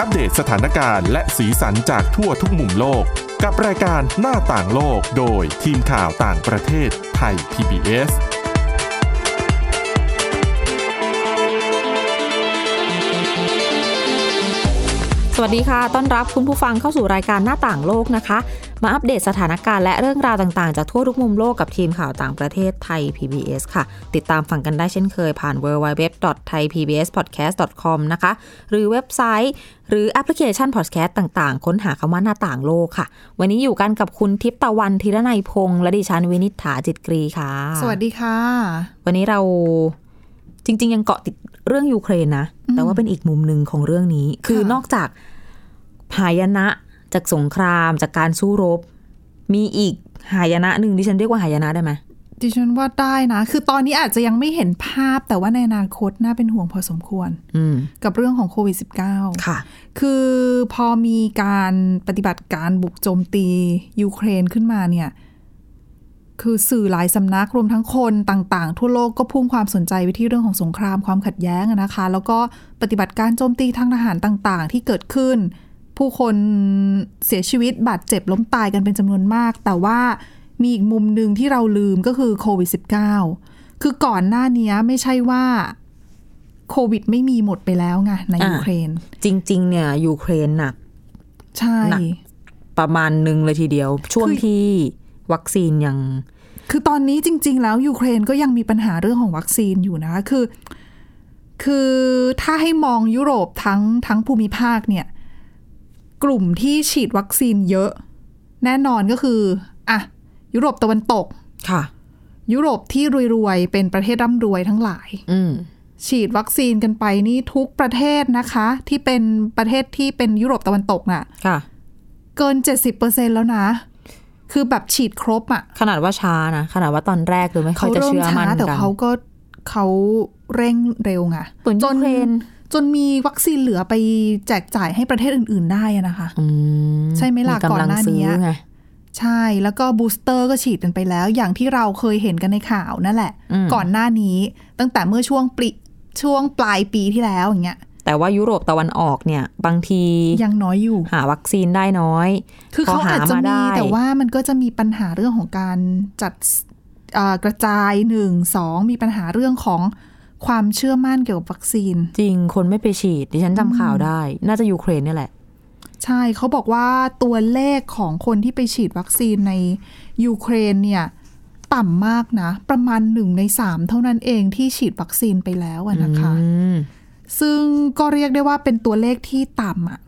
อัปเดตสถานการณ์และสีสันจากทั่วทุกมุมโลก กับรายการหน้าต่างโลกโดยทีมข่าวต่างประเทศไทย PBS สวัสดีค่ะ ต้อนรับคุณผู้ฟังเข้าสู่รายการหน้าต่างโลกนะคะ มาอัปเดตสถานการณ์และเรื่องราวต่างๆ จากทั่วทุกมุมโลกกับทีมข่าวต่างประเทศไทย PBS ค่ะ ติดตามฟังกันได้เช่นเคยผ่าน www.thaipbspodcast.com นะคะ หรือเว็บไซต์ หรือแอปพลิเคชันพอดแคสต์ต่างๆ ค้นหาคำว่าหน้าต่างโลกค่ะ วันนี้อยู่กันกับคุณทิพย์ตะวันธีรนัยพงษ์และดิฉันวินิษฐาจิตกรีค่ะ สวัสดีค่ะ วันนี้เราจริง ๆ ยังเกาะติดเรื่องยูเครนนะ แต่ว่าเป็นอีกมุมหนึ่งของเรื่องนี้ คือนอกจากหายนะจากสงครามจากการสู้รบ มีอีกหายนะหนึ่งดิฉันเรียกว่าหายนะได้ไหม ดิฉันว่าได้นะ คือตอนนี้อาจจะยังไม่เห็นภาพแต่ว่าในอนาคตน่าเป็นห่วงพอสมควร อืม กับเรื่องของโควิด ค่ะ -19 คือพอมีการปฏิบัติการบุกโจมตียูเครนขึ้นมาเนี่ย คือสื่อหลายสำนักรวมทั้งคนต่างๆ ทั่วโลกก็พุ่งความสนใจไปที่เรื่องของสงครามความขัดแย้งอะนะคะ แล้วก็ปฏิบัติการโจมตีทางทหารต่างๆ ที่เกิดขึ้น ผู้คนเสียชีวิตบาดเจ็บล้มตายกันเป็นจำนวนมาก แต่ว่ามีอีกมุมหนึ่งที่เราลืมก็คือโควิด -19 คือก่อนหน้านี้ไม่ใช่ว่าโควิดไม่มีหมดไปแล้วไงใน อ่า ยูเครน จริง ๆ เนี่ยยูเครนหนัก ใช่ หนัก ประมาณหนึ่งเลยทีเดียว ช่วง คือ ที่วัคซีนยัง คือตอนนี้จริง ๆ แล้วยูเครนก็ยังมีปัญหาเรื่องของวัคซีนอยู่นะคะ คือ คือถ้าให้มองยุโรปทั้งทั้งภูมิภาคเนี่ย กลุ่มที่ฉีดวัคซีนเยอะ แน่นอนก็คืออ่ะยุโรปตะวันตก ค่ะ ยุโรปที่รวยๆ เป็นประเทศร่ำรวยทั้งหลาย อืม ฉีดวัคซีนกันไปนี่ทุกประเทศนะคะ ที่เป็นประเทศที่เป็นยุโรปตะวันตกน่ะ ค่ะ เกิน 70%แล้วนะ คือแบบฉีดครบอ่ะ ขนาดว่าช้านะ ขนาดว่าตอนแรกเลยไม่ค่อยจะเชื่อมัน แต่ กัน เขาก็เขาเร่งเร็วไง เหมือน จ ยู น เครน จนมีวัคซีนเหลือไปแจกจ่ายให้ประเทศอื่น ๆ ได้อะนะคะ อืม ใช่ไหมล่ะ กำลัง ก่อนหน้า ซื้อ เนี้ย ไง ใช่แล้วก็บูสเตอร์ก็ฉีดกันไปแล้ว อย่างที่เราเคยเห็นกันในข่าวนั่นแหละ อืม ก่อนหน้านี้ตั้งแต่เมื่อช่วงปริช่วงปลายปีที่แล้วอย่างเงี้ย แต่ว่ายุโรปตะวันออกเนี่ย บางที ยังน้อยอยู่ หาวัคซีนได้น้อย คือพเขาอหา อาจจะ มาได้ มีแต่ว่ามันก็จะมีปัญหาเรื่องของการจัดเอ่อกระจายหนึ่งสองมีปัญหาเรื่องของความเชื่อมั่นเกี่ยวกับวัคซีน จริงคนไม่ไปฉีด ดิฉันจำข่าวได้ น่าจะยูเครนเนี่ยแหละ ใช่เขาบอกว่าตัวเลขของคนที่ไปฉีดวัคซีนในยูเครนเนี่ย ต่ำมากนะ ประมาณหนึ่งในสามเท่านั้นเองที่ฉีดวัคซีนไปแล้วอะนะคะ อืม ซึ่งก็เรียกได้ว่าเป็นตัวเลขที่ต่ำอะ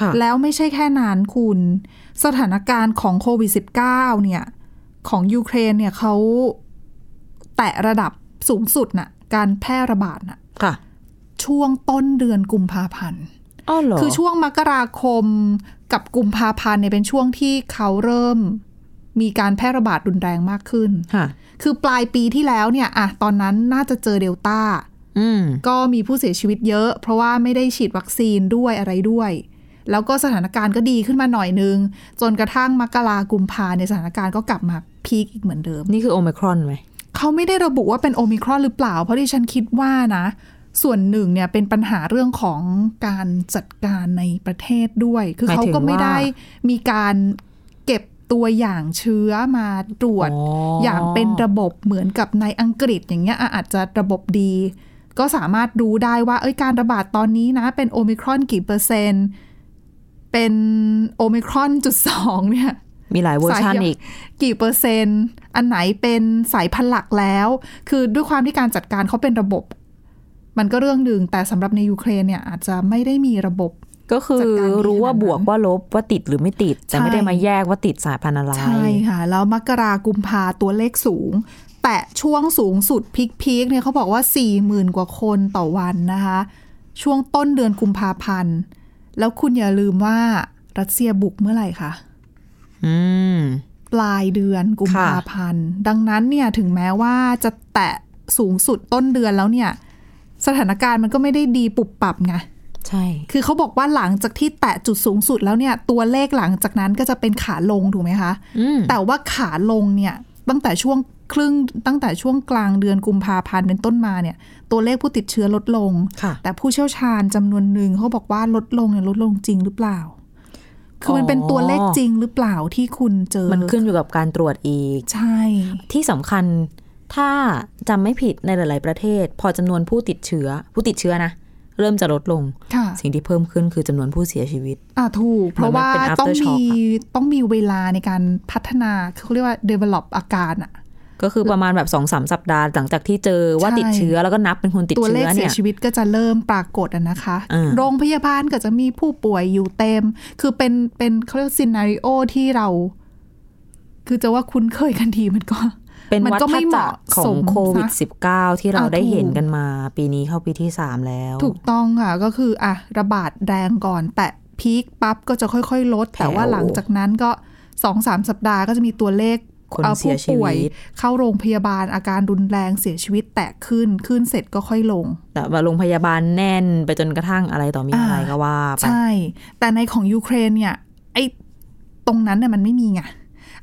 ค่ะ แล้วไม่ใช่แค่นานคุณ สถานการณ์ของโควิด -19 เนี่ย ของยูเครนเนี่ยเขาแตะระดับสูงสุดน่ะ การแพร่ระบาดน่ะ ค่ะ ช่วงต้นเดือนกุมภาพันธ์ อ้าวเหรอ คือช่วงมกราคมกับกุมภาพันธ์เนี่ยเป็นช่วงที่เขาเริ่มมีการแพร่ระบาดรุนแรงมากขึ้น ค่ะ คือปลายปีที่แล้วเนี่ยอะตอนนั้นน่าจะเจอเดลต้า อืม ก็มีผู้เสียชีวิตเยอะ เพราะว่าไม่ได้ฉีดวัคซีนด้วยอะไรด้วย แล้วก็สถานการณ์ก็ดีขึ้นมาหน่อยนึง จนกระทั่งมกรากุมภาในยสถานการณ์ก็กลับมาพีคอีกเหมือนเดิม นี่คือโอมครอนไหม เขาไม่ได้ระบุว่าเป็นโอมิครอนหรือเปล่า เพราะที่ฉันคิดว่านะ ส่วนหนึ่งเนี่ยเป็นปัญหาเรื่องของการจัดการในประเทศด้วย คือ หมาย เขา ถึง ก็ไม่ ว่า ได้มีการเก็บตัวอย่างเชื้อมาตรวจ อ๋อ อย่างเป็นระบบเหมือนกับในอังกฤษอย่างเงี้ยอ่ะอาจจะระบบดี ก็สามารถรู้ได้ว่าเอ้ยการระบาดตอนนี้นะ เป็นโอมิครอนกี่เปอร์เซ็นต์ เป็นโอมิครอนจุดสองเนี่ย มีหลายเวอร์ชัน สายเดียว อีก กี่เปอร์เซ็นต์ อันไหนเป็นสายพันธุ์หลักแล้ว คือด้วยความที่การจัดการเขาเป็นระบบ มันก็เรื่องหนึ่งแต่สำหรับในยูเครนเนี่ยอาจจะไม่ได้มีระบบ ก็คือ จัดการดี รู้ว่า ขนาบดนั้นวกว่าลบว่าติดหรือไม่ติด แต่ ใช่ ไม่ได้มาแยกว่าติดสายพันธุ์อะไร ใช่ค่ะ แล้วมกรากุมภาตัวเลขสูง แต่ช่วงสูงสุดพีคๆเนี่ยเขาบอกว่า 40,000 กว่าคนต่อวันนะคะ ช่วงต้นเดือนกุมภาพันธ์ แล้วคุณอย่าลืมว่ารัสเซียบุกเมื่อไหร่คะ อืม ปลายเดือนกุมภาพันธ์ ดังนั้นเนี่ยถึงแม้ว่าจะแตะสูงสุดต้นเดือนแล้วเนี่ย สถานการณ์มันก็ไม่ได้ดีปุบปับไง ใช่ คือเขาบอกว่าหลังจากที่แตะจุดสูงสุดแล้วเนี่ย ตัวเลขหลังจากนั้นก็จะเป็นขาลงถูกไหมคะ อืม แต่ว่าขาลงเนี่ยตั้งแต่ช่วง ครึ่งตั้งแต่ช่วงกลางเดือนกุมภาพันธ์เป็นต้นมาเนี่ย ตัวเลขผู้ติดเชื้อลดลง ค่ะ แต่ผู้เชี่ยวชาญจำนวนหนึ่งเขาบอกว่าลดลงเนี่ยลดลงจริงหรือเปล่า คือมันเป็นตัวเลขจริงหรือเปล่าที่คุณเจอ มันขึ้นอยู่กับการตรวจอีก ใช่ ที่สำคัญถ้าจำไม่ผิดในหลาย ๆ ประเทศ พอจำนวนผู้ติดเชื้อ ผู้ติดเชื้อนะ เริ่มจะลดลง ค่ะ สิ่งที่เพิ่มขึ้นคือจำนวนผู้เสียชีวิต อ่าถูก เพราะว่า เหมือนมันเป็น ต้อง aftershock มี อะ ต้องมีเวลาในการพัฒนาเขาเรียกว่า develop อาการอะ ก็คือประมาณแบบสองสามสัปดาห์หลังจากที่เจอว่า ใช่ ติดเชื้อแล้วก็นับเป็นคนติด ตัวเล เชื้ ข อ เสี เนี่ย ย ชีวิตก็จะเริ่มปรากฏอะนะคะ อ่า โรงพยาบาลก็จะมีผู้ป่วยอยู่เต็ม คือเป็นเป็นเขาเรียกซีนารีโอที่เรา คือจะว่าคุ้นเคยกันทีมันก็ เป็น มัน วัฏ ก็ไม่เห จัก มาะ รของ สม โควิด นะ -19 ที่เรา อ่า ได้เห็น ถูก กันมา ปีนี้เข้าปีที่สามแล้ว ถูกต้องค่ะ ก็คืออ่ะระบาดแรงก่อน แต่พีคปั๊บก็จะค่อยๆ ลด แต่ว่าหลังจากนั้นก็สองสามสัปดาห์ก็จะมีตัวเลข คน อ่อ เสี ผู้ ยชีวิต ป่วย เข้าโรงพยาบาลอาการรุนแรงเสียชีวิตแตกขึ้นขึ้นเสร็จก็ค่อยลง แต่ว่าโรงพยาบาลแน่นไปจนกระทั่งอะไรต่อมีอะไร อ่า ก็ว่าไป ใช่ แต่ในของยูเครนเนี่ย ไอ้ตรงนั้นเนี่ยมันไม่มีไง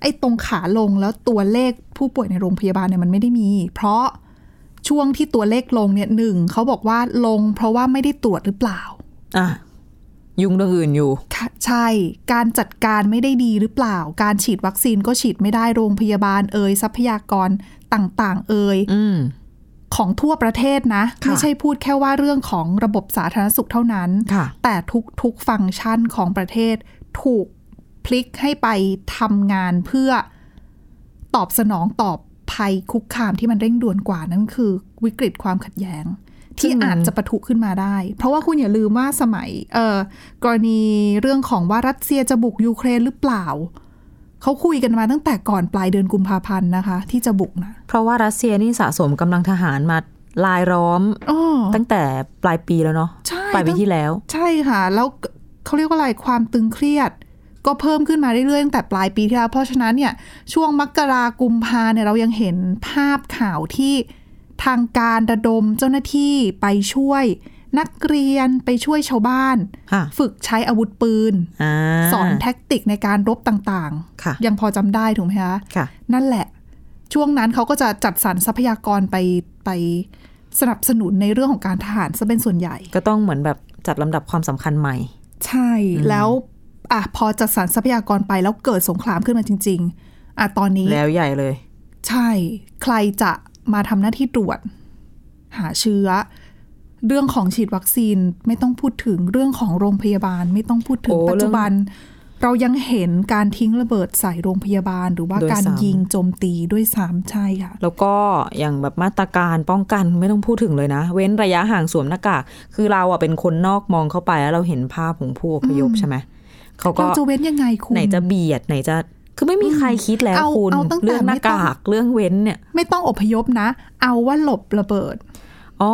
ไอ้ตรงขาลงแล้วตัวเลขผู้ป่วยในโรงพยาบาลเนี่ยมันไม่ได้มี เพราะช่วงที่ตัวเลขลงเนี่ยหนึ่งเขาบอกว่าลง เพราะว่าไม่ได้ตรวจหรือเปล่า อ่ะ ยุงเรื่องอื่นอยู่ ค่ะใช่ การจัดการไม่ได้ดีหรือเปล่า การฉีดวัคซีนก็ฉีดไม่ได้โรงพยาบาลเอ่ยทรัพยากรต่างๆ เอ่ย อืม ของทั่วประเทศนะ ค่ะ ไม่ใช่พูดแค่ว่าเรื่องของระบบสาธารณสุขเท่านั้น ค่ะ แต่ทุกทุกฟังก์ชันของประเทศถูกพลิกให้ไปทำงานเพื่อตอบสนองตอบภัยคุกคามที่มันเร่งด่วนกว่านั่นคือ วิกฤตความขัดแย้ง ที่ ซึ่งมัน อาจจะปะทุขึ้นมาได้ เพราะว่าคุณอย่าลืมว่าสมัยเอ่อกรณีเรื่องของว่ารัสเซียจะบุกยูเครนหรือเปล่า เขาคุยกันมาตั้งแต่ก่อนปลายเดือนกุมภาพันธ์นะคะ ที่จะบุกนะ เพราะว่ารัสเซียนี่สะสมกำลังทหารมาลายล้อม อ๋อ ตั้งแต่ปลายปีแล้วเนาะ ใช่ ปลายปี ตั้ง ที่แล้ว ใช่ค่ะ แล้วเขาเรียกว่าอะไรความตึงเครียด ก็เพิ่มขึ้นมาเรื่อยๆตั้งแต่ปลายปีที่แล้ว เพราะฉะนั้นเนี่ย ช่วงมกรากุมภาเนี่ยเรายังเห็นภาพข่าวที่ทางการระดมเจ้าหน้าที่ไปช่วย นักเรียนไปช่วยชาวบ้าน ค่ะ ฝึกใช้อาวุธปืน อ่า สอนแท็กติกในการรบต่าง ค่ะ ๆ ยังพอจำได้ถูกไหมคะ ค่ะ นั่นแหละ ช่วงนั้นเขาก็จะจัดสรรทรัพยากรไปไปสนับสนุนในเรื่องของการทหารซะเป็นส่วนใหญ่ ก็ต้องเหมือนแบบจัดลำดับความสำคัญใหม่ ใช่แล้วอ่ะพอจัดสรรทรัพยากรไปแล้วเกิดสงครามขึ้นมาจริง ๆอ่ะตอนนี้ แล้วใหญ่เลย ใช่ ใครจะมาทำหน้าที่ตรวจ หาเชื้อ เรื่องของฉีดวัคซีนไม่ต้องพูดถึงเรื่องของโรงพยาบาล ไม่ต้องพูดถึง โอ้ ปัจจุบัน เรายังเห็นการทิ้งระเบิดใส่โรงพยาบาล หรือว่า โดย การ ซ้ำ ยิงโจมตีด้วยซ้ำใช่ค่ะ แล้วก็อย่างแบบมาตรการป้องกันไม่ต้องพูดถึงเลยนะ เว้นระยะห่างสวมหน้ากากคือเราอ่ะเป็นคนนอกมองเข้าไปแล้วเราเห็นภาพของผู้อพยพใช่ไหมเขาก็ เราจะเว้นยังไงคุณ ไหนจะเบียดไหนจะ คือไม่มีใครคิดแล้ว เอา คุณ เอาตั้งแต่ เรื่องห ไม่ น้า ต้อง กากเรื่องเว้นเนี่ย ไม่ต้องอพยพนะ เอาว่าหลบระเบิด อ๋อ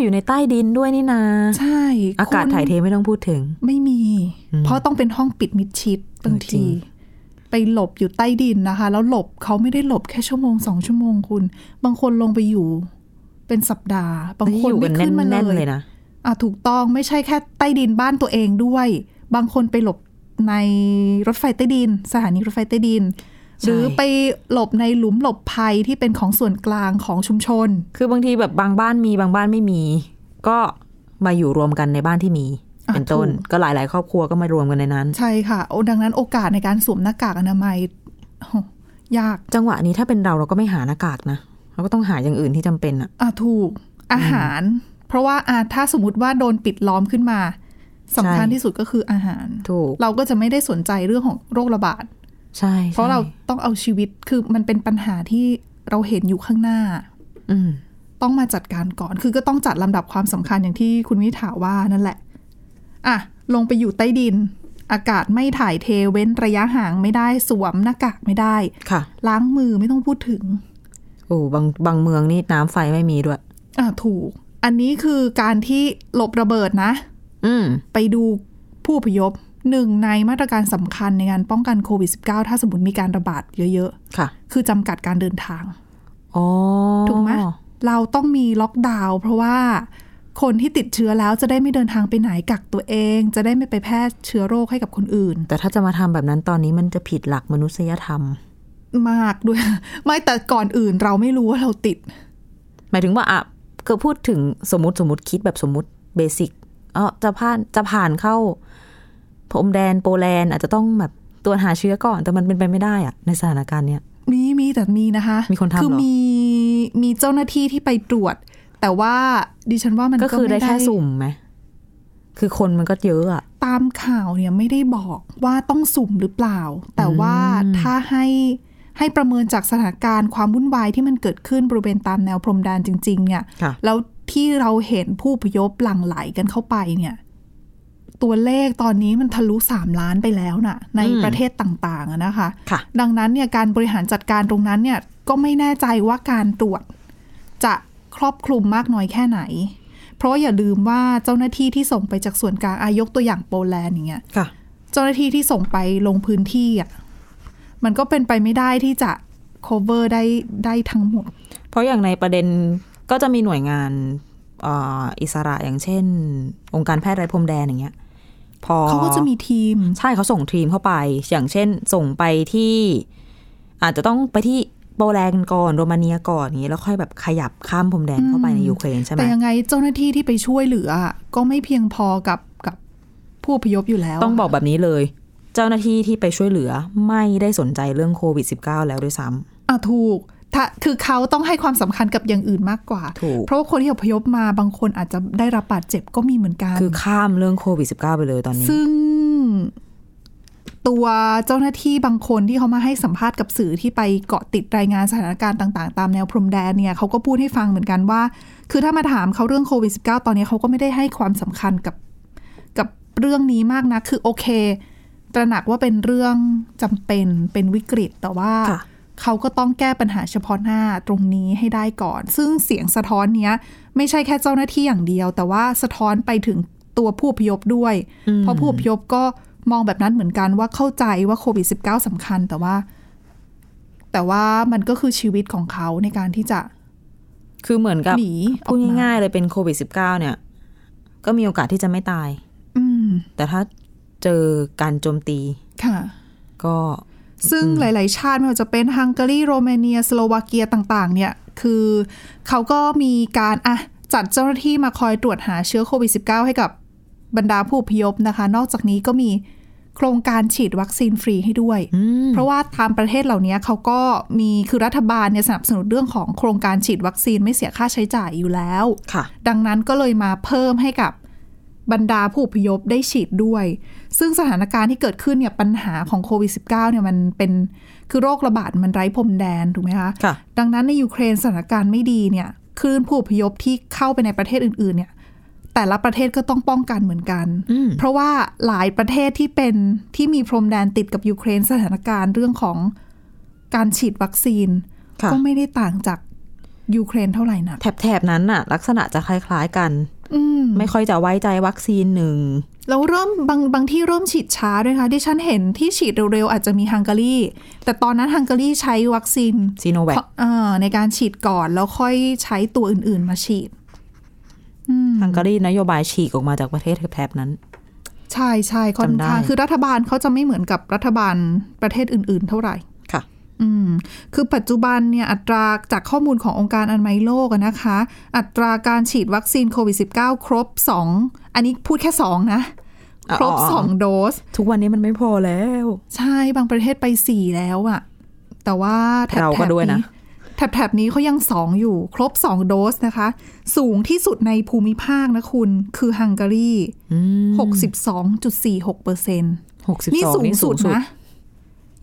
อยู่ในใต้ดินด้วยนี่นา ใช่ อากาศ คุณ ถ่ายเทไม่ต้องพูดถึง ไม่มี อืม เพราะต้องเป็นห้องปิดมิดชิดบาง จริ ที ง ไปหลบอยู่ใต้ดินนะคะ แล้วหลบเขาไม่ได้หลบแค่ชั่วโมงสองชั่วโมงคุณ บางคนลงไปอยู่ เป็นสัปดาห์ บางคอนยู่กั ไม่ นแ ขึ้นมา น่นๆ เล เลย ยนะ อ่ะถูกต้องไม่ใช่แค่ใต้ดินบ้านตัวเองด้วย บางคนไปหลบในรถไฟใต้ดิน สถานีรถไฟใต้ดิน ใช่ หรือไปหลบในหลุมหลบภัยที่เป็นของส่วนกลางของชุมชน คือบางทีแบบบางบ้านมีบางบ้านไม่มี ก็มาอยู่รวมกันในบ้านที่มี อ่ะ เป็นต้น ถูก ก็หลาย ๆ ครอบครัวก็มารวมกันในนั้น ใช่ค่ะโอ้ดังนั้นโอกาสในการสวมหน้ากากอนามัยโอ้ยาก จังหวะนี้ถ้าเป็นเราเราก็ไม่หาหน้ากากนะเราก็ต้องหาอย่างอื่นที่จำเป็นอะ อ่ะถูกอาหาร เพราะว่าอ่ะถ้าสมมติว่าโดนปิดล้อมขึ้นมาสำคัญที่สุดก็คืออาหาร ถูก เราก็จะไม่ได้สนใจเรื่องของโรคระบาด ใช่ เพราะเราต้องเอาชีวิตคือมันเป็นปัญหาที่เราเห็นอยู่ข้างหน้า อืม ต้องมาจัดการก่อน คือก็ต้องจัดลำดับความสำคัญอย่างที่คุณวิถาว่านั่นแหละอ่ะลงไปอยู่ใต้ดิน อากาศไม่ถ่ายเทเว้นระยะห่างไม่ได้สวมหน้ากากไม่ได้ ค่ะ ล้างมือไม่ต้องพูดถึง โอ้บางบางเมืองนี่น้ำไฟไม่มีด้วย อ่ะถูก อันนี้คือการที่หลบระเบิดนะ อืม ไปดูผู้อพยพหนึ่งในมาตรการสำคัญในการป้องกันโควิด -19 ถ้าสมมติมีการระบาดเยอะ ค่ะ ๆ คือจำกัดการเดินทาง อ๋อ ถูกไหมเราต้องมีล็อกดาวน์เพราะว่าคนที่ติดเชื้อแล้วจะได้ไม่เดินทางไปไหนกักตัวเอง จะได้ไม่ไปแพร่เชื้อโรคให้กับคนอื่น แต่ถ้าจะมาทำแบบนั้นตอนนี้มันจะผิดหลักมนุษยธรรม มากด้วย ไม่แต่ก่อนอื่นเราไม่รู้ว่าเราติด หมายถึงว่าอ่ะก็พูดถึงสมมติสมมติคิดแบบสมมติเบสิกอ๋อจะผ่านจะผ่านเข้าพรมแดนโปแลนด์อาจจะต้องแบบตรวจหาเชื้อก่อน แต่มันเป็นไปไม่ได้อะในสถานการณ์เนี้ย มีมีแต่มีนะคะ มีคนทำเหรอ คือมีมีเจ้าหน้าที่ที่ไปตรวจ แต่ว่าดิฉันว่ามัน ก็ ก็ คือได้ ม่ แค่สุ่มไหมคือคนมันก็เยอะอะ ตามข่าวเนี่ยไม่ได้บอกว่าต้องสุ่มหรือเปล่า แต่ว่าถ้าให้ให้ประเมินจากสถานการณ์ความวุ่นวายที่มันเกิดขึ้นบริเวณตามแนวพรมแดนจริง ๆ เนี่ย ค่ะ แล้วที่เราเห็นผู้อพยพหลั่งไหลกันเข้าไปเนี่ย ตัวเลขตอนนี้มันทะลุสามล้านไปแล้วน่ะ ใน อืม ประเทศต่างๆอะนะคะ ค่ะ ดังนั้นเนี่ยการบริหารจัดการตรงนั้นเนี่ยก็ไม่แน่ใจว่าการตรวจจะครอบคลุมมากน้อยแค่ไหน เพราะอย่าลืมว่าเจ้าหน้าที่ที่ส่งไปจากส่วนกลางอายกตัวอย่างโปแลนด์อย่างเงี้ย ค่ะ เจ้าหน้าที่ที่ส่งไปลงพื้นที่อ่ะมันก็เป็นไปไม่ได้ที่จะ cover ได้ได้ทั้งหมด เพราะอย่างในประเด็นก็จะมีหน่วยงานเอ่ออิสระอย่างเช่น องค์การแพทย์ไร้พรมแดนอย่างเงี้ย พอ เขาก็จะมีทีม ใช่เขาส่งทีมเข้าไป อย่างเช่น ส่งไปที่ อาจจะต้องไปที่โปแลนด์ก่อนโรมาเนียก่อนอย่างนี้แล้วค่อยแบบขยับข้ามพรมแดนเข้าไปในยูเครนใช่ไหม แต่ยังไงเจ้าหน้าที่ที่ไปช่วยเหลืออะก็ไม่เพียงพอกับกับผู้อพยพอยู่แล้ว ต้องบอกแบบนี้เลย เจ้าหน้าที่ที่ไปช่วยเหลือไม่ได้สนใจเรื่องโควิด -19 แล้วด้วยซ้ อ่ะถูกถ้าคือเขาต้องให้ความสำคัญกับอย่างอื่นมากกว่า ถูก เพราะว่าคนที่อพยพมาบางคนอาจจะได้รับบาดเจ็บก็มีเหมือนกัน ำคือข้ามเรื่องโควิด -19 ไปเลยตอนนี้ ซึ่งตัวเจ้าหน้าที่บางคนที่เขามาให้สัมภาษณ์กับสื่อที่ไปเกาะติดรายงานสถานการณ์ต่าง ๆ ตามแนวพรมแดนเนี่ยเขาก็พูดให้ฟังเหมือนกันว่า คือถ้ามาถามเขาเรื่องโควิด -19 ตอนนี้เขาก็ไม่ได้ให้ความสำคัญกับกับเรื่องนี้มากนะ คือโอเค ตระหนักว่าเป็นเรื่องจำเป็นเป็นวิกฤต แต่ว่า ค่ะ เขาก็ต้องแก้ปัญหาเฉพาะหน้าตรงนี้ให้ได้ก่อน ซึ่งเสียงสะท้อนเนี้ย ไม่ใช่แค่เจ้าหน้าที่อย่างเดียว แต่ว่าสะท้อนไปถึงตัวผู้อพยพด้วย เพราะผู้อพยพก็มองแบบนั้นเหมือนกันว่าเข้าใจว่าโควิด -19 สำคัญ แต่ว่า แต่ว่ามันก็คือชีวิตของเขาในการที่จะ คือเหมือนกับ หนีอ พู อ ด กมา ง่ายๆเลยเป็นโควิด -19 เนี่ย ก็มีโอกาสที่จะไม่ตาย อืม แต่ถ้าเจอการโจมตี ค่ะ ก็ ซึ่งหลาย ๆ ชาติไม่ว่าจะเป็นฮังการีโรมาเนีย สโลวาเกียต่าง ๆ เนี่ย คือเขาก็มีการอ่ะจัดเจ้าหน้าที่มาคอยตรวจหาเชื้อโควิด -19 ให้กับบรรดาผู้อพยพนะคะ นอกจากนี้ก็มีโครงการฉีดวัคซีนฟรีให้ด้วย เพราะว่าตามประเทศเหล่านี้เขาก็มีคือรัฐบาลเนี่ยสนับสนุนเรื่องของโครงการฉีดวัคซีนไม่เสียค่าใช้จ่ายอยู่แล้ว ค่ะ ดังนั้นก็เลยมาเพิ่มให้กับบรรดาผู้อพยพได้ฉีดด้วย ซึ่งสถานการณ์ที่เกิดขึ้นเนี่ยปัญหาของโควิด -19 เนี่ยมันเป็นคือโรคระบาดมันไร้พรมแดน ถูกไหมคะ ค่ะ ดังนั้นในยูเครนสถานการณ์ไม่ดีเนี่ยคลื่นผู้อพยพที่เข้าไปในประเทศอื่น ๆ เนี่ย แต่ละประเทศก็ต้องป้องกันเหมือนกัน อืม เพราะว่าหลายประเทศที่เป็นที่มีพรมแดนติดกับยูเครนสถานการณ์เรื่องของการฉีดวัคซีน ค่ะ ก็ไม่ได้ต่างจากยูเครนเท่าไหร่นัก แถบแถบนั้นน่ะ ลักษณะจะคล้ายๆกัน อืม ไม่ค่อยจะไว้ใจวัคซีนหนึ่ง แล้วเริ่มบางบางที่เริ่มฉีดช้าด้วยค่ะที่ฉันเห็นที่ฉีดเร็วๆ อาจจะมีฮังการีแต่ตอนนั้นฮังการีใช้วัคซีน Sinovac เอ่อในการฉีดก่อนแล้วค่อยใช้ตัวอื่นๆมาฉีด ฮังการีนโยบายฉีกออกมาจากประเทศแถบนั้น ใช่ใช่ค่อน จำได้ ข้างคือรัฐบาลเขาจะไม่เหมือนกับรัฐบาลประเทศอื่นๆ เท่าไหร่ ค่ะ อืมคือปัจจุบันเนี่ยอัตราจากข้อมูลขององค์การอนามัยโลกอะนะคะ อัตราการฉีดวัคซีนโควิด -19 ครบ 2 อันนี้พูดแค่ 2 นะ อ๋อ ครบ อ๋อ 2 โดส ทุกวันนี้มันไม่พอแล้ว ใช่บางประเทศไปสี่แล้วอะแต่ว่าแถบ เราก็ด้วยนะ แถบแถบนี้เขายังสองอยู่ ครบสองโดสนะคะ สูงที่สุดในภูมิภาคนะคุณ คือฮังการีหกสิบสองจุดสี่หกเปอร์เซ็นต์ หกสิบ นี่ สอง สูง นี่สู สุ ง ด สุด นะ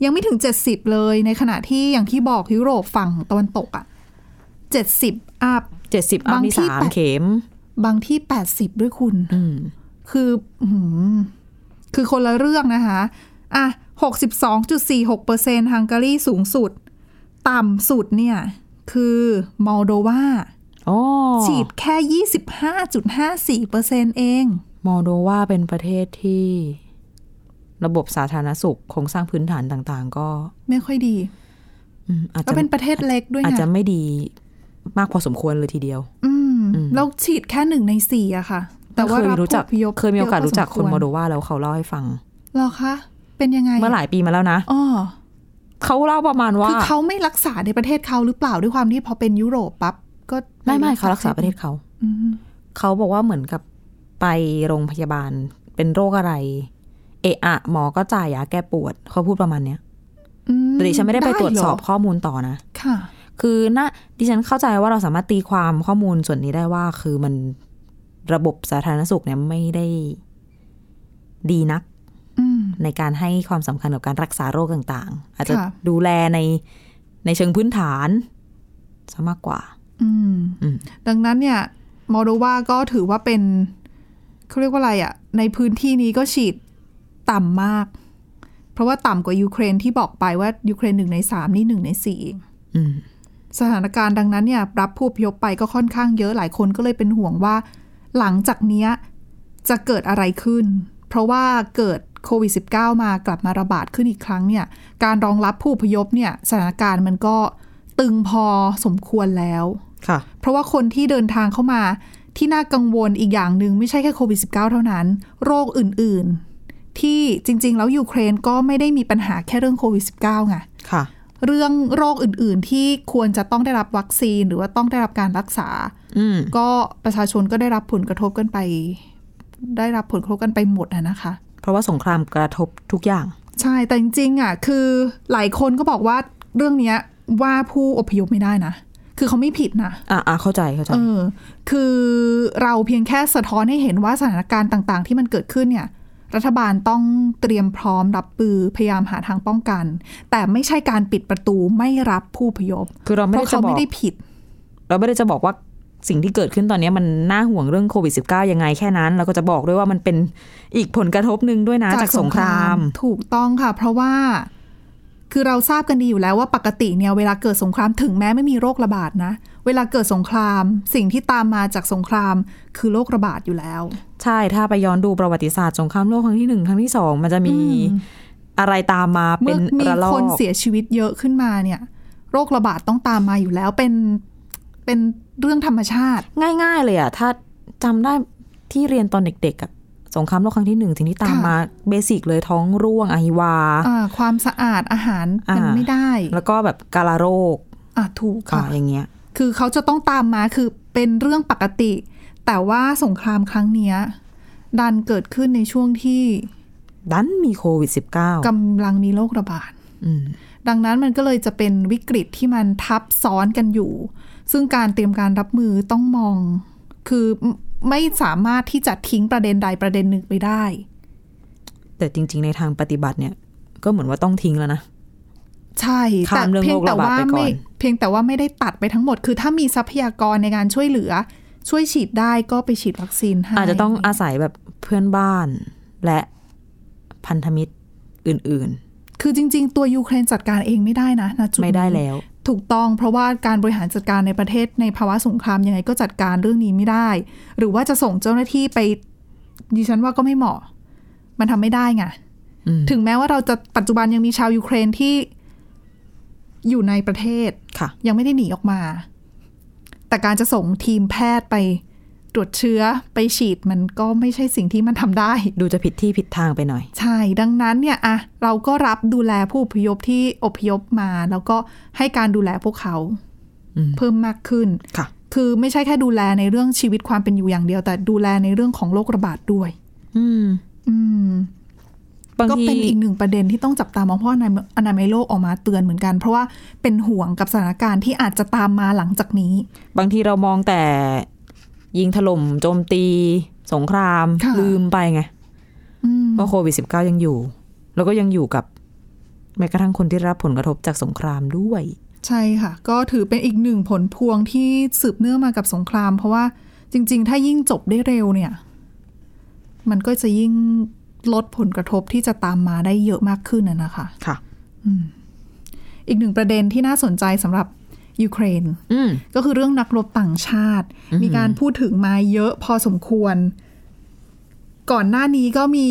ยังไม่ถึงเจ็ดสิบเลยในขณะที่อย่างที่บอกยุโรปฝั่งตะวันตกอะเจ็ดสิบอัพ เจ็ดสิบอั บา พ ง มี ที่ สาม แปด เข็ม บางที่แปดสิบด้วยคุณ อืม คืออื้อหือคือคนละเรื่องนะคะ อ่ะหกสิบสองจุดสี่หกเปอร์เซ็นฮังการีสูงสุด ต่ำสุดเนี่ย คือมอลโดวา อ๋อ ฉีดแค่ยี่สิบห้าจุดห้าสี่เปอร์เซ็นเอง มอลโดวาเป็นประเทศที่ ระบบสาธารณสุขโครงสร้างพื้นฐานต่างๆ ก็ ไม่ค่อยดี อืมอาจ ก็ จะ เป็นประเทศเล็กด้วย อาจ ไง จะไม่ดีมากพอสมควรเลยทีเดียว อืมแล้วฉีดแค่หนึ่งในสี่อะค่ะ แต่ว่า เคย รับ รู้จัก ผู้พพ เคยมีโอกาสรู้จักคน เยะพ มอ สว ลโดวาแล้วเขาเล่าให้ฟัง เหรอคะ เป็นยังไง เมื่อหลายปีมาแล้วนะ อ๋อ เขาเล่าประมาณว่า คือเขาไม่รักษาในประเทศเขาหรือเปล่าด้วยความที่พอเป็นยุโรปปั๊บก็ป ไม่ไม่เขารักษาประเทศเขา อืม เขาบอกว่าเหมือนกับไปโรงพยาบาลเป็นโรคอะไร เอะอะหมอก็จ่ายยาแก้ปวด เขาพูดประมาณเนี้ย อื แต่ดิฉันไม่ได้ไปตรวจสอบ เห ข้อมูลต่อนะ ค่ะ คือนะดิฉันเข้าใจว่าเราสามารถตีความข้อมูลส่วนนี้ได้ว่า คือมันระบบสาธารณสุขเนี่ยไม่ได้ดีนัก อืม ในการให้ความสำคัญกับการรักษาโรคต่างๆ อาจจะ ค่ะ ดูแลในในเชิงพื้นฐานซะมากกว่า อืม อืม ดังนั้นเนี่ยมอลโดวาก็ถือว่าเป็นเขาเรียกว่าอะไรอะ่ะ ในพื้นที่นี้ก็ฉีดต่ำมาก เพราะว่าต่ำกว่ายูเครนที่บอกไปว่ายูเครนหนึ่งในสามนี่หนึ่งในสี่ อืม สถานการณ์ดังนั้นเนี่ยรับผู้อพยพไปก็ค่อนข้างเยอะหลายคนก็เลยเป็นห่วงว่า หลังจากเนี้ยจะเกิดอะไรขึ้น เพราะว่าเกิดโควิด -19 มากลับมาระบาดขึ้นอีกครั้งเนี่ย การรองรับผู้อพยพเนี่ยสถานการณ์มันก็ตึงพอสมควรแล้ว ค่ะ เพราะว่าคนที่เดินทางเข้ามาที่น่ากังวลอีกอย่างหนึ่งไม่ใช่แค่โควิด -19 เท่านั้น โรคอื่นๆ ที่จริง ๆ แล้วยูเครนก็ไม่ได้มีปัญหาแค่เรื่องโควิด -19 ไง ค่ะ เรื่องโรคอื่นๆ ที่ควรจะต้องได้รับวัคซีนหรือว่าต้องได้รับการรักษา อืม ก็ประชาชนก็ได้รับผลกระทบกันไป ได้รับผลกระทบกันไปหมดอะนะคะ เพราะว่าสงครามกระทบทุกอย่าง ใช่แต่จริงๆอ่ะคือหลายคนก็บอกว่าเรื่องเนี้ยว่าผู้อพยพไม่ได้นะ คือเขาไม่ผิดนะ อ่ะอ่ะเข้าใจเข้าใจ เออ คือเราเพียงแค่สะท้อนให้เห็นว่าสถานการณ์ต่าง ๆ ที่มันเกิดขึ้นเนี่ย รัฐบาลต้องเตรียมพร้อมรับมือพยายามหาทางป้องกัน แต่ไม่ใช่การปิดประตูไม่รับผู้อพยพ คือเรา เพ ไม่ ราะ ได้จะ เขา บอ ไม่ ก ได้ผิด เราไม่ได้จะบอกว่าสิ่งที่เกิดขึ้นตอนนี้มันน่าห่วงเรื่องโควิด -19 ยังไงแค่นั้น เราก็จะบอกด้วยว่ามันเป็นอีกผลกระทบหนึ่งด้วยนะ จากสงคราม ถูกต้องค่ะ เพราะว่าคือเราทราบกันดีอยู่แล้วว่าปกติเนี่ยเวลาเกิดสงครามถึงแม้ไม่มีโรคระบาดนะ เวลาเกิดสงคราม สิ่งที่ตามมาจากสงคราม คือโรคระบาดอยู่แล้ว ใช่ถ้าไปย้อนดูประวัติศาสตร์สงครามโลกครั้งที่หนึ่งครั้งที่สองมันจะมีอะไรตามมาเป็ เมื่อนมี ระลอ คน ก เสียชีวิตเยอะขึ้นมาเนี่ย โรคระบาดต้องตามมาอยู่แล้วเป็นเป็นเรื่องธรรมชาติ ง่าย ๆ เลยอะถ้าจำได้ที่เรียนตอนเด็กๆอะสงครามโลกครั้งที่หนึ่งสิ่งที่ตาม ค่ะ มาเบสิกเลยท้องร่วงอหิวา อ่าความสะอาดอาหาร อ่ามั มันไม่ได้ แล้วก็แบบกาลาโรค อ่าถูก อ่ะ ค่ะ อย่างเงี้ย คือเขาจะต้องตามมาคือเป็นเรื่องปกติ แต่ว่าสงครามครั้งเนี้ยดันเกิดขึ้นในช่วงที่ ดันมีโควิด -19 กำลังมีโรคระบาด อืม ดังนั้นมันก็เลยจะเป็นวิกฤตที่มันทับซ้อนกันอยู่ ซึ่งการเตรียมการรับมือต้องมอง คือไม่ไม่สามารถที่จะทิ้งประเด็นใดประเด็นหนึ่งไปได้ แต่จริง ๆ ในทางปฏิบัติเนี่ย ก็เหมือนว่าต้องทิ้งแล้วนะ ใช่ ข้ามเรื่อง เพี โร ง ค แต่ ระบาด ว่า ไปก่อน ไม่เพียงแต่ว่าไม่ได้ตัดไปทั้งหมด คือถ้ามีทรัพยากรในการช่วยเหลือ ช่วยฉีดได้ก็ไปฉีดวัคซีนให้ อาจจะต้องอาศัยแบบเพื่อนบ้านและพันธมิตรอื่น คือจริง ๆ ตัวยูเครนจัดการเองไม่ได้นะณจุ ๆ ไม่ได้ นี้ แล้ว ถูกต้องเพราะว่าการบริหารจัดการในประเทศในภาวะสงครามยังไงก็จัดการเรื่องนี้ไม่ได้ หรือว่าจะส่งเจ้าหน้าที่ไปดิฉันว่าก็ไม่เหมาะ มันทำไม่ได้ไง อืม ถึงแม้ว่าเราจะปัจจุบันยังมีชาวยูเครนที่อยู่ในประเทศ ค่ะ ยังไม่ได้หนีออกมา แต่การจะส่งทีมแพทย์ไปตรวจเชื้อไปฉีดมันก็ไม่ใช่สิ่งที่มันทำได้ ดูจะผิดที่ผิดทางไปหน่อย ใช่ ดังนั้นเนี่ยอะเราก็รับดูแลผู้อพยพที่อพยพมา แล้วก็ให้การดูแลพวกเขา อืม เพิ่มมากขึ้น ค่ะ คือไม่ใช่แค่ดูแลในเรื่องชีวิตความเป็นอยู่อย่างเดียว แต่ดูแลในเรื่องของโรคระบาดด้วย อืม อืม บาง ก็ ที เป็นอีกหนึ่งประเด็นที่ต้องจับตามองเพราะอนามัยอนามัยโลกออกมาเตือนเหมือนกัน เพราะว่าเป็นห่วงกับสถานการณ์ที่อาจจะตามมาหลังจากนี้ บางทีเรามองแต่ยิงถล่มโจมตี สงคราม ค่ะ ลืมไปไง อืม ว่าโควิด -19 ยังอยู่ แล้วก็ยังอยู่กับ แม้กระทั่งคนที่รับผลกระทบจากสงครามด้วย ใช่ค่ะ ก็ถือเป็นอีกหนึ่งผลพวงที่สืบเนื่องมากับสงคราม เพราะว่าจริง ๆ ถ้ายิ่งจบได้เร็วเนี่ย มันก็จะยิ่งลดผลกระทบที่จะตามมาได้เยอะมากขึ้นนะนะคะ ค่ะ อีกหนึ่งประเด็นที่น่าสนใจสำหรับยูเครน อืม ก็คือเรื่องนักรบต่างชาติ มีการพูดถึงมาเยอะพอสมควร ก่อนหน้านี้ก็มี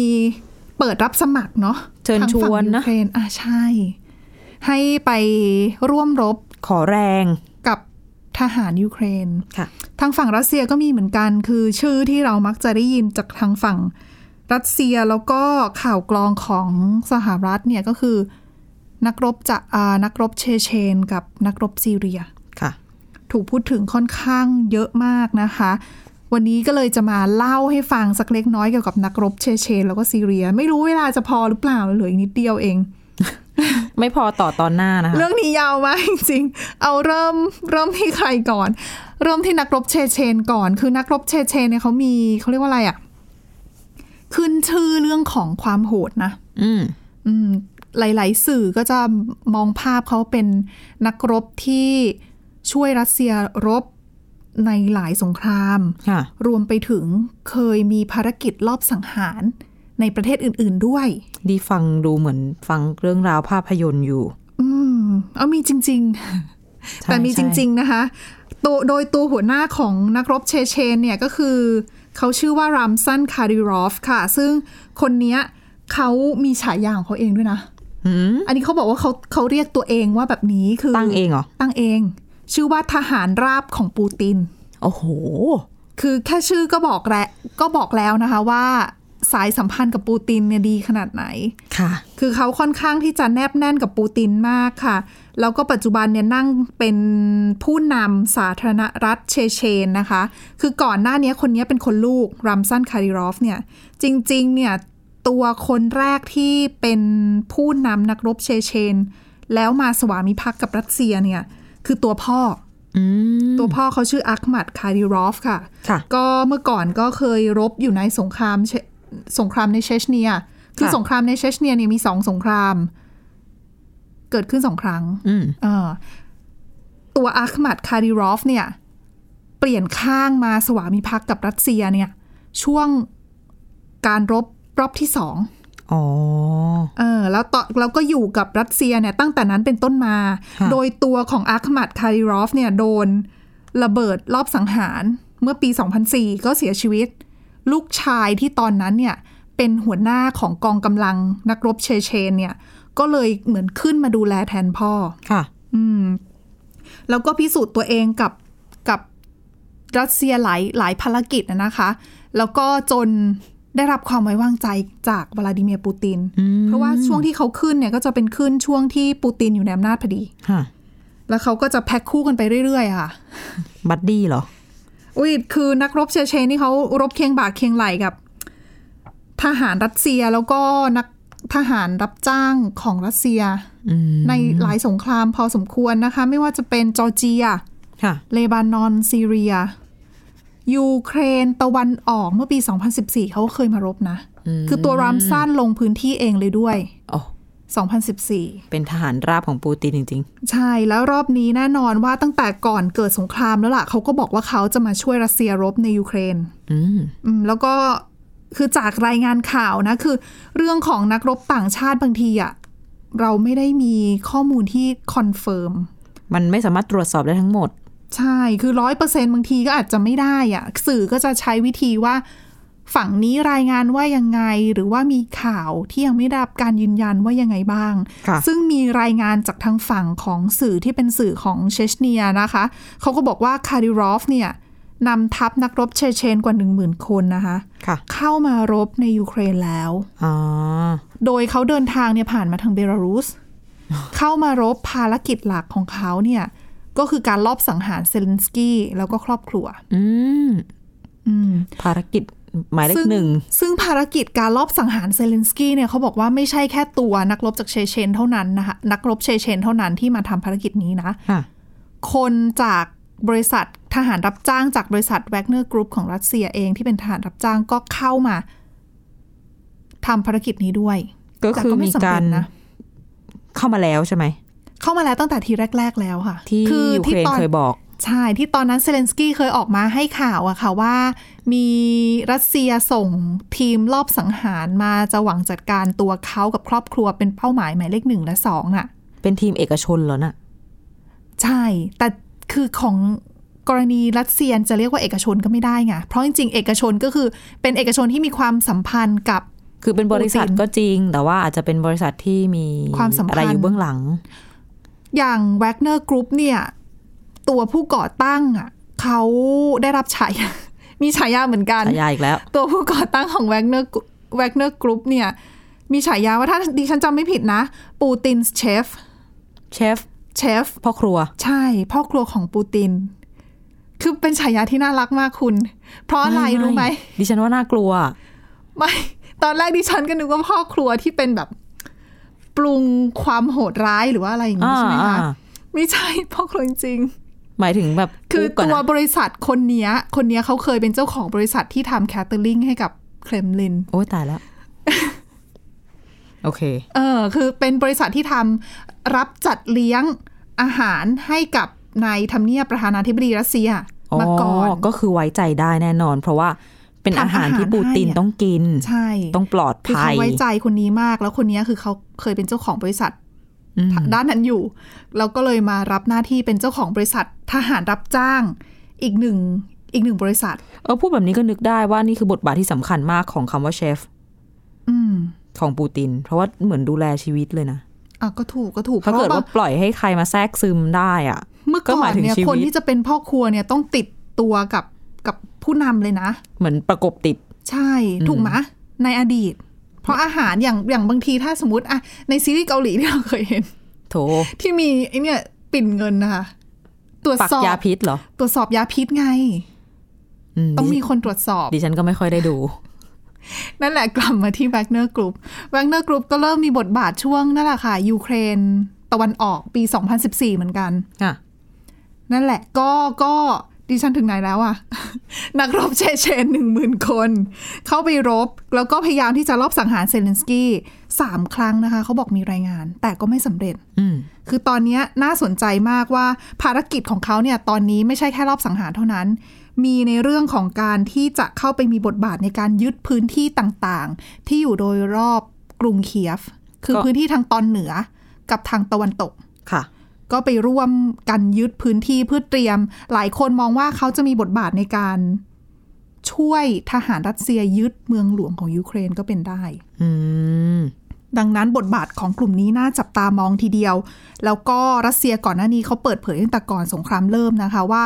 เปิดรับสมัครเนาะ เชิญชวนนะ ทางฝั่งยูเครนอ่ะใช่ ให้ไปร่วมรบ ขอแรง กับทหารยูเครน ค่ะ ทางฝั่งรัสเซียก็มีเหมือนกัน คือชื่อที่เรามักจะได้ยินจากทางฝั่งรัสเซียแล้วก็ข่าวกรองของสหรัฐเนี่ยก็คือ นักรบจะอ่านักรบเชเชน กับนักรบซีเรีย ค่ะ ถูกพูดถึงค่อนข้างเยอะมากนะคะ วันนี้ก็เลยจะมาเล่าให้ฟังสักเล็กน้อยเกี่ยวกับนักรบเชเชน แล้วก็ซีเรีย ไม่รู้เวลาจะพอหรือเปล่าเหลืออีกนิดเดียวเอง ไม่พอต่อตอนหน้านะคะ เรื่องนี้ยาวมากจริง ๆ เอาเริ่มเริ่มที่ใครก่อน เริ่มที่นักรบเชเชนก่อน คือนักรบเชเชนเนี่ยเขามีเขาเรียกว่าอะไรอะ่ะ ขึ้นชื่อเรื่องของความโหดนะ อืม อืมหลาย ๆ สื่อก็จะมองภาพเขาเป็นนักรบที่ช่วยรัสเซียรบในหลายสงคราม ค่ะ รวมไปถึงเคยมีภารกิจลอบสังหารในประเทศอื่น ๆ ด้วย ดีฟังดูเหมือนฟังเรื่องราวภาพยนตร์อยู่ อืม เอามีจริง ๆ ใช่ แต่มีจ ใช่ ริง ๆ นะคะตัวโดยตัวหัวหน้าของนักรบเชเชนเนี่ยก็คือ เขาชื่อว่ารัมซันคาริรอฟค่ะ ซึ่งคนเนี้ยเขามีฉายาของเขาเองด้วยนะ หืม อันนี้เขาบอกว่าเขาเขาเรียกตัวเองว่าแบบนี้คือ ตั้งเองเหรอ ตั้งเอง ชื่อว่าทหารราบของปูติน โอ้โห คือแค่ชื่อก็บอกแล้วก็บอกแล้วนะคะว่าสายสัมพันธ์กับปูตินเนี่ยดีขนาดไหน ค่ะ คือเขาค่อนข้างที่จะแนบแน่นกับปูตินมากค่ะ แล้วก็ปัจจุบันเนี่ยนั่งเป็นผู้นำสาธารณรัฐเชเชนนะคะ คือก่อนหน้านี้คนนี้เป็นคนลูกรัมซันคาริรอฟเนี่ย จริงๆเนี่ยตัวคนแรกที่เป็นผู้นำนักรบเชเชน แล้วมาสวามิภักดิ์กับรัสเซียเนี่ย คือตัวพ่อ อืม อตัวพ่อเขาชื่ออัคมัดคาริรอฟค่ะ ค่ะ ก็เมื่อก่อนก็เคยรบอยู่ในสงครามเชสงครามในเชชเนีย คือ ค่ะ สงครามในเชชเนียเนี่ยมีสองสงคราม เกิดขึ้นสองครั้ง อืม เออตัวอัคมัดคาดิรอฟเนี่ย เปลี่ยนข้างมาสวามิภักดิ์กับรัสเซียเนี่ย ช่วงการรบรอบที่สอง อ๋อ เออแล้วต่อแล้วก็อยู่กับรัสเซียเนี่ยตั้งแต่นั้นเป็นต้นมา ค่ะ โดยตัวของอัคมัดคาริรอฟเนี่ยโดนระเบิดรอบสังหารเมื่อปี 2004 ก็เสียชีวิต ลูกชายที่ตอนนั้นเนี่ยเป็นหัวหน้าของกองกำลังนักรบเชเชนเนี่ยก็เลยเหมือนขึ้นมาดูแลแทนพ่อ ค่ะ อืมแล้วก็พิสูจน์ตัวเองกับกับรัสเซียหลายหลายภารกิจนะนะคะ แล้วก็จนได้รับความไว้วางใจจากวลาดิเมียร์ปูติน อืม เพราะว่าช่วงที่เขาขึ้นเนี่ยก็จะเป็นขึ้นช่วงที่ปูตินอยู่ในอำนาจพอดี ค่ะ แล้วเขาก็จะแพ็คคู่กันไปเรื่อยๆค่ะ บัดดี้เหรอ อุ้ยคือนักรบเชเชนนี่เขารบเคียงบ่าเคียงไหลกับ ทหารรัสเซียแล้วก็นักทหารรับจ้างของรัสเซีย อืม ในหลายสงครามพอสมควรนะคะ ไม่ว่าจะเป็นจอร์เจีย ค่ะ เลบานอน ซีเรีย ยูเครนตะวันออกเมื่อปี 2014 เขาก็เคยมารบนะ อืม คือตัวรามซ่านลงพื้นที่เองเลยด้วย อ๋อ 2014 เป็นทหารราบของปูตินจริง ใช่แล้วรอบนี้แน่นอนว่าตั้งแต่ก่อนเกิดสงครามแล้วล่ะเขาก็บอกว่าเขาจะมาช่วยรัสเซียรบในยูเครน ๆ อืม อืมแล้วก็คือจากรายงานข่าวนะคือเรื่องของนักรบต่างชาติบางทีอะเราไม่ได้มีข้อมูลที่คอนเฟิร์ม มันไม่สามารถตรวจสอบได้ทั้งหมด ใช่คือร้อยเปอร์เซ็นบางทีก็อาจจะไม่ได้อะสื่อก็จะใช้วิธีว่า ฝั่งนี้รายงานว่ายังไงหรือว่ามีข่าวที่ยังไม่ได้รับการยืนยันว่ายังไงบ้าง ค่ะ ซึ่งมีรายงานจากทางฝั่งของสื่อที่เป็นสื่อของเชชเนียนะคะ เขาก็บอกว่าคาริรอฟเนี่ยนำทัพนักรบเชเชนกว่า 1 0,000 คนนะคะ ค่ะ เข้ามารบในยูเครนแล้ว อ๋อ โดยเขาเดินทางเนี่ยผ่านมาทางเบลา รุส เข้ามารบภารกิจหลักของเขาเนี่ย ก็คือการลอบสังหารเซเลนสกี้แล้วก็ครอบครัว อืม อืม ภารกิจหมายเลข ซึ่ง หนึ่ง ซึ่งภารกิจการลอบสังหารเซเลนสกี้เนี่ยเขาบอกว่าไม่ใช่แค่ตัวนักรบจากเชเชนเท่านั้นนะคะนักรบเชเชนเท่านั้นที่มาทำภารกิจนี้นะ ค่ะ คนจากบริษัททหารรับจ้างจากบริษัทแวกเนอร์กรุ๊ปของรัสเซียเองที่เป็นทหารรับจ้างก็เข้ามาทำภารกิจนี้ด้วย ก็ แต่ คือ ก็ไม่ มี สำ กา เร็ ร จนะ เข้ามาแล้วใช่ไหม เข้ามาแล้วตั้งแต่ทีแรก ๆ แล้วค่ะ ที่ยูเครน ตอน เคยบอก ใช่ ที่ตอนนั้นเซเลนสกี้เคยออกมาให้ข่าวอะค่ะว่ามีรัสเซียส่งทีมรอบสังหารมาจะหวังจัดการตัวเขากับครอบครัวเป็นเป้าหมายหมายเลขหนึ่งและสองน่ะ เป็นทีมเอกชนเหรอน่ะ ใช่ แต่คือของกรณีรัสเซียจะเรียกว่าเอกชนก็ไม่ได้ไงเพราะจริงๆ เอกชนก็คือเป็นเอกชนที่มีความสัมพันธ์กับ คือเป็นบริษัท ปูติน ก็จริง แต่ว่าอาจจะเป็นบริษัทที่มี ความสัมพันธ์ อะไรอยู่เบื้องหลัง อย่างแวกเนอร์กรุ๊ปเนี่ย ตัวผู้ก่อตั้งอะเขาได้รับฉายา มีฉายาเหมือนกัน ฉายาอีกแล้ว ตัวผู้ก่อตั้งของแวกเนอร์แวกเนอร์กรุ๊ปเนี่ย มีฉายาว่าถ้าดิฉันจำไม่ผิดนะ ปูตินเชฟ เชฟ เชฟ พ่อครัว ใช่ พ่อครัวของปูติน คือเป็นฉายาที่น่ารักมากคุณ เพราะอะไรรู้ไหม ดิฉันว่าน่ากลัว ไม่ ตอนแรกดิฉันก็นึกว่าพ่อครัวที่เป็นแบบ ปรุงความโหดร้ายหรือว่าอะไรอย่างนี้ใช่ไหมคะ อ่า ไม่ใช่พ่อครัวจริงๆ หมายถึงแบบ คือ ก่น ตัว นะ บริษัทคนเนี้ย คนเนี้ยเขาเคยเป็นเจ้าของบริษัทที่ทำแคตเตอร์ลิงให้กับเครมลิน โอ้ยตาย แล้ว โอเค เออ คือเป็นบริษัทที่ทำรับจัดเลี้ยงอาหารให้กับนายทำเนียบประธานาธิบดีรัสเซียมาก่อน ก็คือไว้ใจได้แน่นอน เพราะว่าเป็น ทำ อาหารที่ อาหาร ปูติน ให้อะ ต้องกิน ใช่ ต้องปลอด คือ ภั เขา ย ไว้ใจคนนี้มาก แล้วคนเนี้ยคือเขาเคยเป็นเจ้าของบริษัท อืม ด้านนั้นอยู่ แล้วก็เลยมารับหน้าที่เป็นเจ้าของบริษัททหารรับจ้าง อีกหนึ่งอีกหนึ่งบริษัท เออพูดแบบนี้ก็นึกได้ว่านี่คือบทบาทที่สำคัญมากของคำว่าเชฟ อืม ของปูติน เพราะว่าเหมือนดูแลชีวิตเลยนะ อ่ะก็ถูกก็ถูก ถ้า พ เกิ ระ ดว่าปล่อยให้ใครมาแทรกซึมได้อ่ะ เมื่อ ก็ ก่อ หมาย น ถึง เนี่ย ชีวิต คนที่จะเป็นพ่อครัวเนี่ยต้องติดตัวกับกับผู้นำเลยนะ เหมือนประกบติด ใช่ถูกไหมในอดีต เพราะอาหารอย่างอย่างบางทีถ้าสมมติอะในซีรีส์เกาหลีที่เราเคยเห็น โถ ที่มีไอเนี่ยปิ่นเงินนะคะตรวจ ปัก สอย า บ พิษเหรอ ตรวจสอบยาพิษไง อืม ต้องมีคนตรวจสอบ ดิฉันก็ไม่ค่อยได้ดู นั่นแหละกลับมาที่แวกเนอร์กรุ๊ปแวกเนอร์กรุ๊ปก็เริ่มมีบทบาทช่วงนั่นแหละค่ะยูเครนตะวันออกปี 2014 เหมือนกัน อ่ะ นั่นแหละก็ก็ดิฉันถึงไหนแล้วอะ นักรบเชเชนหนึ่งหมื่นคน เข้าไปรบ แล้วก็พยายามที่จะลอบสังหารเซเลนสกี้สามครั้งนะคะ เขาบอกมีรายงาน แต่ก็ไม่สำเร็จ อืม คือตอนเนี้ยน่าสนใจมากว่าภารกิจของเขาเนี่ยตอนนี้ไม่ใช่แค่รอบสังหารเท่านั้น มีในเรื่องของการที่จะเข้าไปมีบทบาทในการยึดพื้นที่ต่างๆ ที่อยู่โดยรอบกรุงเคียฟ คือ ก็ พื้นที่ทางตอนเหนือกับทางตะวันตก ค่ะ ก็ไปร่วมกันยึดพื้นที่เพื่อเตรียม หลายคนมองว่าเขาจะมีบทบาทในการช่วยทหารรัสเซียยึดเมืองหลวงของยูเครนก็เป็นได้ อืม ดังนั้นบทบาทของกลุ่มนี้น่าจับตามองทีเดียว แล้วก็รัสเซียก่อนหน้านี้เขาเปิดเผยตั้งแต่ก่อนสงครามเริ่มนะคะว่า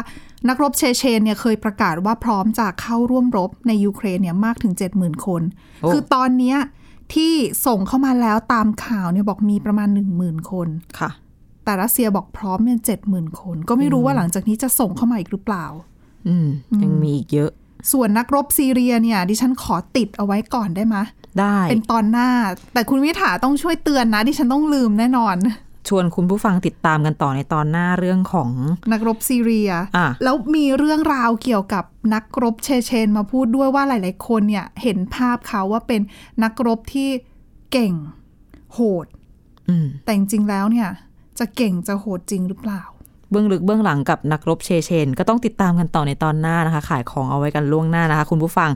นักรบเชเชนเนี่ยเคยประกาศว่าพร้อมจะเข้าร่วมรบในยูเครนเนี่ยมากถึง 70,000 คน โอ้ คือตอนเนี้ยที่ส่งเข้ามาแล้วตามข่าวเนี่ยบอกมีประมาณ 10,000 คน ค่ะ แต่รัสเซียบอกพร้อมเนี่ยเจ็ดหมื่นคน ก็ไม่รู้ว่าหลังจากนี้จะส่งเข้ามาอีกหรือเปล่า อืม ยังมีอีกเยอะ ส่วนนักรบซีเรียเนี่ย ดิฉันขอติดเอาไว้ก่อนได้ไหม ได้ เป็นตอนหน้า แต่คุณวิถาต้องช่วยเตือนนะ ดิฉันต้องลืมแน่น อน ชวนคุณผู้ฟังติดตามกันต่อในตอนหน้าเรื่องของ นักรบซีเรีย อ่ะ แล้วมีเรื่องราวเกี่ยวกับนักรบเชเชนมาพูดด้วยว่าหลาย ๆ คนเนี่ย เห็นภาพเขาว่าเป็นนักรบที่เก่ง โหด อืม แต่จริงๆแล้วเนี่ย จะเก่งจะโหดจริงหรือเปล่า เบื้องลึกเบื้องหลังกับนักรบเชเชน ก็ต้องติดตามกันต่อในตอนหน้านะคะ ขายของเอาไว้กันล่วงหน้านะคะ คุณผู้ฟัง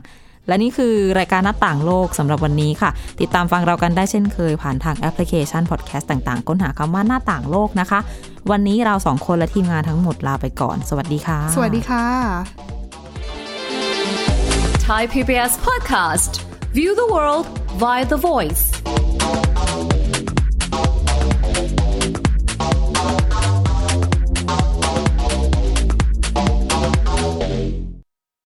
และนี่คือรายการหน้าต่างโลกสำหรับวันนี้ค่ะ ติดตามฟังเรากันได้เช่นเคยผ่านทางแอปพลิเคชันพอดแคสต์ต่างๆ ค้นหาคำว่าหน้าต่างโลกนะคะ วันนี้เราสองคนและทีมงานทั้งหมดลาไปก่อน สวัสดีค่ะ สวัสดีค่ะ Thai PBS podcast. View the world via the voice.